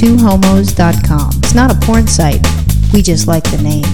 twohomos.com. It's not a porn site. We just like the name.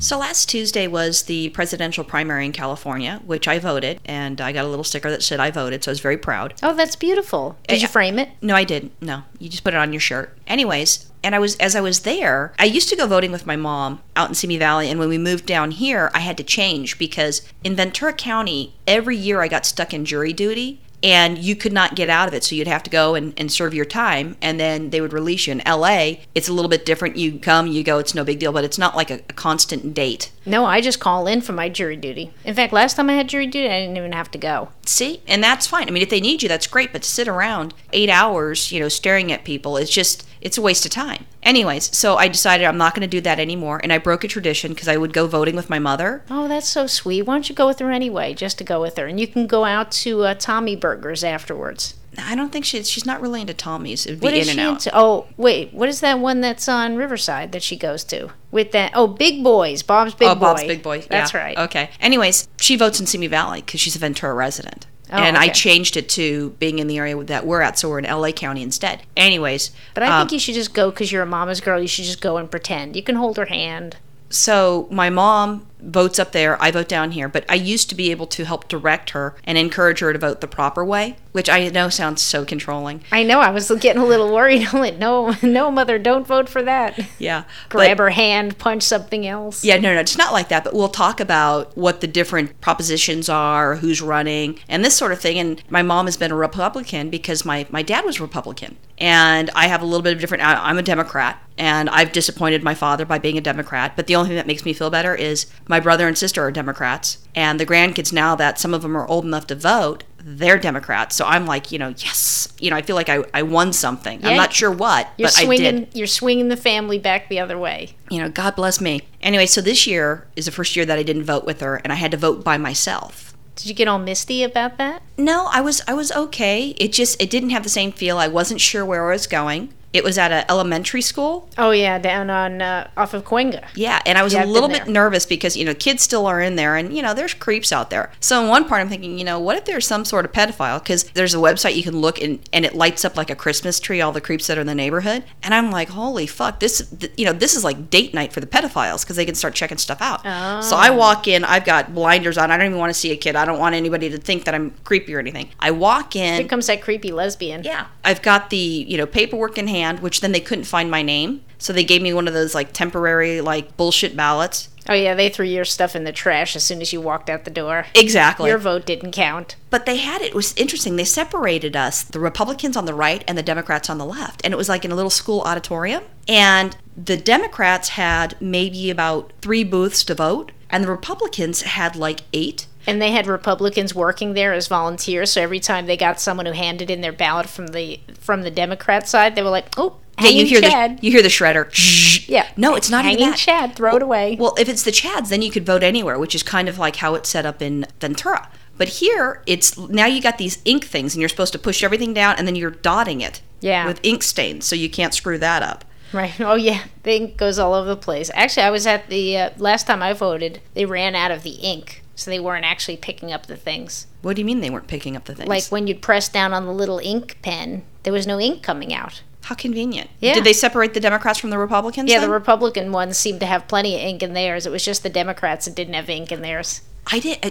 So last Tuesday was the presidential primary in California, which I voted, and I got a little sticker that said I voted, so I was very proud. Oh, that's beautiful. Did you Yeah. frame it? No, I didn't. No, you just put it on your shirt. Anyways, and I was as I was there, I used to go voting with my mom out in Simi Valley, and when we moved down here, I had to change because in Ventura County, every year I got stuck in jury duty. And you could not get out of it. So you'd have to go and, and serve your time, and then they would release you. In LA, it's a little bit different. You come, you go, it's no big deal, but it's not like a, a constant date. No, I just call in for my jury duty. In fact, last time I had jury duty, I didn't even have to go. See, and that's fine. I mean, if they need you, that's great. But to sit around eight hours, you know, staring at people, it's just, it's a waste of time. Anyways, so I decided I'm not going to do that anymore. And I broke a tradition because I would go voting with my mother. Oh, that's so sweet. Why don't you go with her anyway, just to go with her? And you can go out to uh, Tommy Burgers afterwards. I don't think she's, she's not really into Tommy's. It would be What in is and she out. into? Oh, wait. What is that one that's on Riverside that she goes to with that? Oh, Big Boys, Bob's Big oh, Boy. Bob's Big Boy. That's Yeah. Uh, right. Okay. Anyways, she votes in Simi Valley because she's a Ventura resident. Oh, and I okay. changed it to being in the area that we're at, so we're in LA County instead. Anyways, But I um, think you should just go because you're a mama's girl. You should just go and pretend. You can hold her hand. so my mom votes up there i vote down here but i used to be able to help direct her and encourage her to vote the proper way which i know sounds so controlling I know. I was getting a little worried. I'm like, no, no, mother, don't vote for that. yeah Grab but- her hand, punch something else. yeah no no it's not like that but we'll talk about what the different propositions are who's running and this sort of thing and my mom has been a republican because my my dad was republican and i have a little bit of different I- i'm a democrat and i've disappointed my father by being a democrat but the only thing that makes me feel better is my brother and sister are democrats and the grandkids now that some of them are old enough to vote they're democrats so i'm like you know yes you know i feel like i, I won something i'm Yeah, not sure what You're but i did swinging. You're swinging the family back the other way. you know, God bless me. Anyway, so this year is the first year that I didn't vote with her and I had to vote by myself. Did you get all misty about that? No, I was I was okay. It just it didn't have the same feel. I wasn't sure where I was going. It was at a elementary school. Oh yeah, down on uh, off of Coenga. Yeah, and I was Yeah, a I've little been bit there. nervous because you know kids still are in there, and you know there's creeps out there. So in one part, I'm thinking, you know, what if there's some sort of pedophile? Because there's a website you can look and and it lights up like a Christmas tree, all the creeps that are in the neighborhood. And I'm like, holy fuck, this th- you know this is like date night for the pedophiles because they can start checking stuff out. So I walk in, I've got blinders on. I don't even want to see a kid. I don't want anybody to think that I'm creepy or anything. I walk in. Here comes that creepy lesbian. Yeah. I've got the, you know, paperwork in hand, which then they couldn't find my name. So they gave me one of those like temporary like bullshit ballots. Oh yeah, they threw your stuff in the trash as soon as you walked out the door. Exactly. Your vote didn't count. but they had it. it was interesting. They separated us, the Republicans on the right and the Democrats on the left. And it was like in a little school auditorium. And the Democrats had maybe about three booths to vote, and the Republicans had like eight. And they had Republicans working there as volunteers, so every time they got someone who handed in their ballot from the from the Democrat side, they were like, "Oh, Yeah, hanging you hear Chad." the you hear the shredder. Yeah. No, it's not even Hanging that. Chad, throw it away. Well, if it's the Chads, then you could vote anywhere, which is kind of like how it's set up in Ventura. But here, it's now you got these ink things, and you're supposed to push everything down, and then you're dotting it Yeah. with ink stains, so you can't screw that up. Right. Oh yeah, the ink goes all over the place. Actually, I was at the uh, last time I voted. They ran out of the ink, so they weren't actually picking up the things. What do you mean they weren't picking up the things? Like when you'd press down on the little ink pen, there was no ink coming out. how convenient. Yeah. Did they separate the Democrats from the Republicans? Yeah, then? the Republican ones seemed to have plenty of ink in theirs. It was just the Democrats that didn't have ink in theirs. I did. I,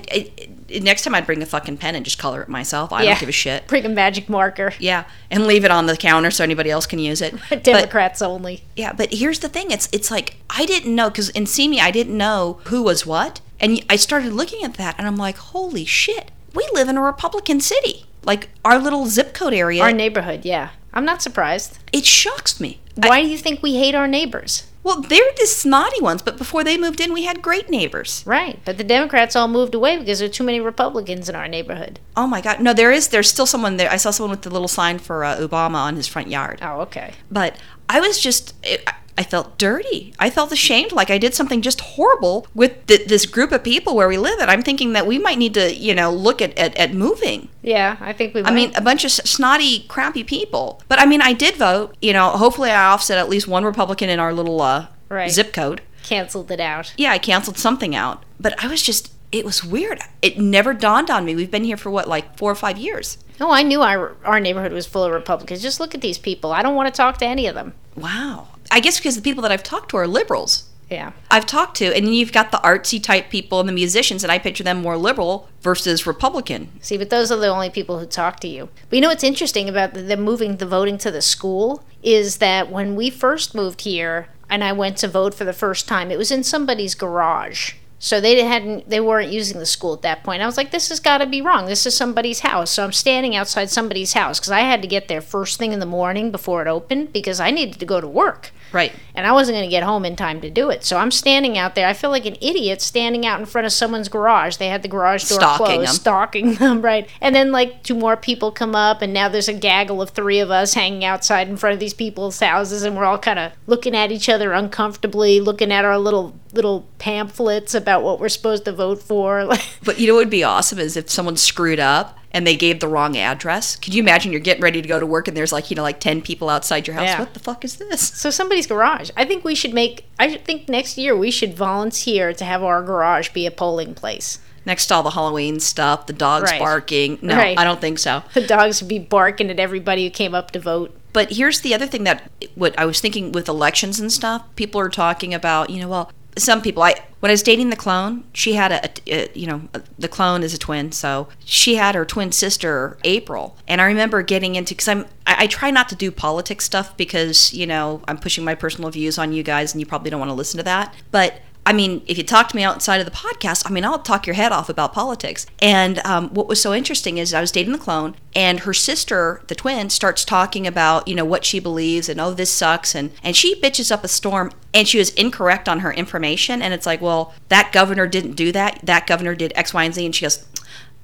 I, next time, I'd bring a fucking pen and just color it myself. I Yeah. don't give a shit. Bring a magic marker. Yeah, and leave it on the counter so anybody else can use it. But- Democrats only. Yeah, but here's the thing: it's it's like I didn't know because in Simi I didn't know who was what, and I started looking at that, and I'm like, holy shit, we live in a Republican city. Like our little zip code area, Our neighborhood, yeah. I'm not surprised. it shocks me. I- Why do you think we hate our neighbors? well, they're the snotty ones, but before they moved in, we had great neighbors. Right. But the Democrats all moved away because there are too many Republicans in our neighborhood. Oh my God, no, there is. There's still someone there. I saw someone with the little sign for uh, Obama on his front yard. Oh, okay. But I was just. It, I- I felt dirty. I felt ashamed, like I did something just horrible with th- this group of people where we live. And I'm thinking that we might need to, you know, look at, at, at moving. Yeah, I think we I mean, a bunch of s- snotty, crappy people. But I mean, I did vote. You know, hopefully I offset at least one Republican in our little uh, Right. zip code. canceled it out. Yeah, I canceled something out. But I was just, it was weird. It never dawned on me. We've been here for what, like four or five years. Oh, I knew our our neighborhood was full of Republicans. Just look at these people. I don't want to talk to any of them. Wow. I guess because the people that I've talked to are liberals. Yeah. I've talked to, and you've got the artsy type people and the musicians, and I picture them more liberal versus Republican. See, but those are the only people who talk to you. But you know what's interesting about the- them moving the voting to the school is that when we first moved here and I went to vote for the first time, it was in somebody's garage. So they hadn't they weren't using the school at that point. I was like this has got to be wrong. This is somebody's house. So I'm standing outside somebody's house cuz I had to get there first thing in the morning before it opened because I needed to go to work Right. and I wasn't going to get home in time to do it. So I'm standing out there. I feel like an idiot standing out in front of someone's garage. They had the garage door Stalking closed, them. stalking them, right? And then like two more people come up, and now there's a gaggle of three of us hanging outside in front of these people's houses, and we're all kind of looking at each other uncomfortably, looking at our little little pamphlets about what we're supposed to vote for. But you know what would be awesome is if someone screwed up and they gave the wrong address. Could you imagine you're getting ready to go to work and there's like, you know, like 10 people outside your house? Yeah. What the fuck is this? So somebody's garage. I think we should make. I think next year we should volunteer to have our garage be a polling place. Next to all the Halloween stuff, the dogs Right. barking. No, Right. I don't think so. The dogs would be barking at everybody who came up to vote. But here's the other thing that what I was thinking with elections and stuff, people are talking about, you know, well, some people I when I was dating the clone, she had a, a- you know, the clone is a twin, so she had her twin sister April, and I remember getting into because I'm I, I try not to do politics stuff because you know I'm pushing my personal views on you guys, and you probably don't want to listen to that, but I mean, if you talk to me outside of the podcast, I mean, I'll talk your head off about politics. And um, what was so interesting is I was dating the clone, and her sister, the twin, starts talking about you know what she believes and oh this sucks, and and she bitches up a storm, and she was incorrect on her information, and it's like, well, that governor didn't do that, that governor did X, Y, and Z, and she goes,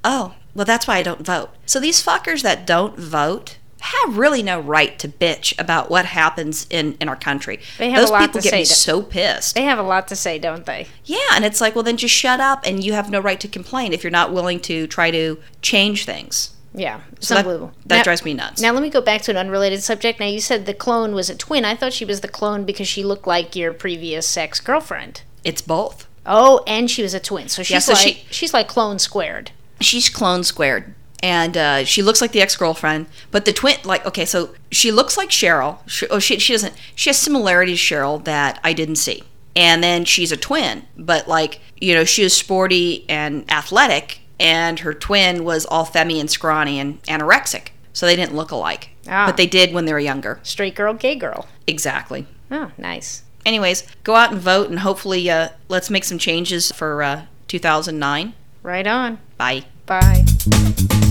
oh, well, that's why I don't vote. So these fuckers that don't vote have really no right to bitch about what happens in in our country. They have a Those lot people to get say me to- so pissed. They have a lot to say, don't they? Yeah, and it's like, well, then just shut up, and you have no right to complain if you're not willing to try to change things. Yeah, it's So that- unbelievable. That now, drives me nuts. Now let me go back to an unrelated subject. Now you said the clone was a twin. I thought she was the clone because she looked like your previous sex girlfriend. it's both. Oh, and she was a twin, so she's so like she- she's like clone squared. She's clone squared, and uh, she looks like the ex girlfriend, but the twin, like, okay, so she looks like Cheryl. She, oh, she, she doesn't. She has similarities to Cheryl that I didn't see. And then she's a twin, but like, you know, she was sporty and athletic, and her twin was all femmy and scrawny and anorexic. So they didn't look alike, Ah. but they did when they were younger. Straight girl, gay girl. Exactly. Oh, nice. anyways, go out and vote, and hopefully, uh, let's make some changes for uh, 2009. Right on. Bye. Bye.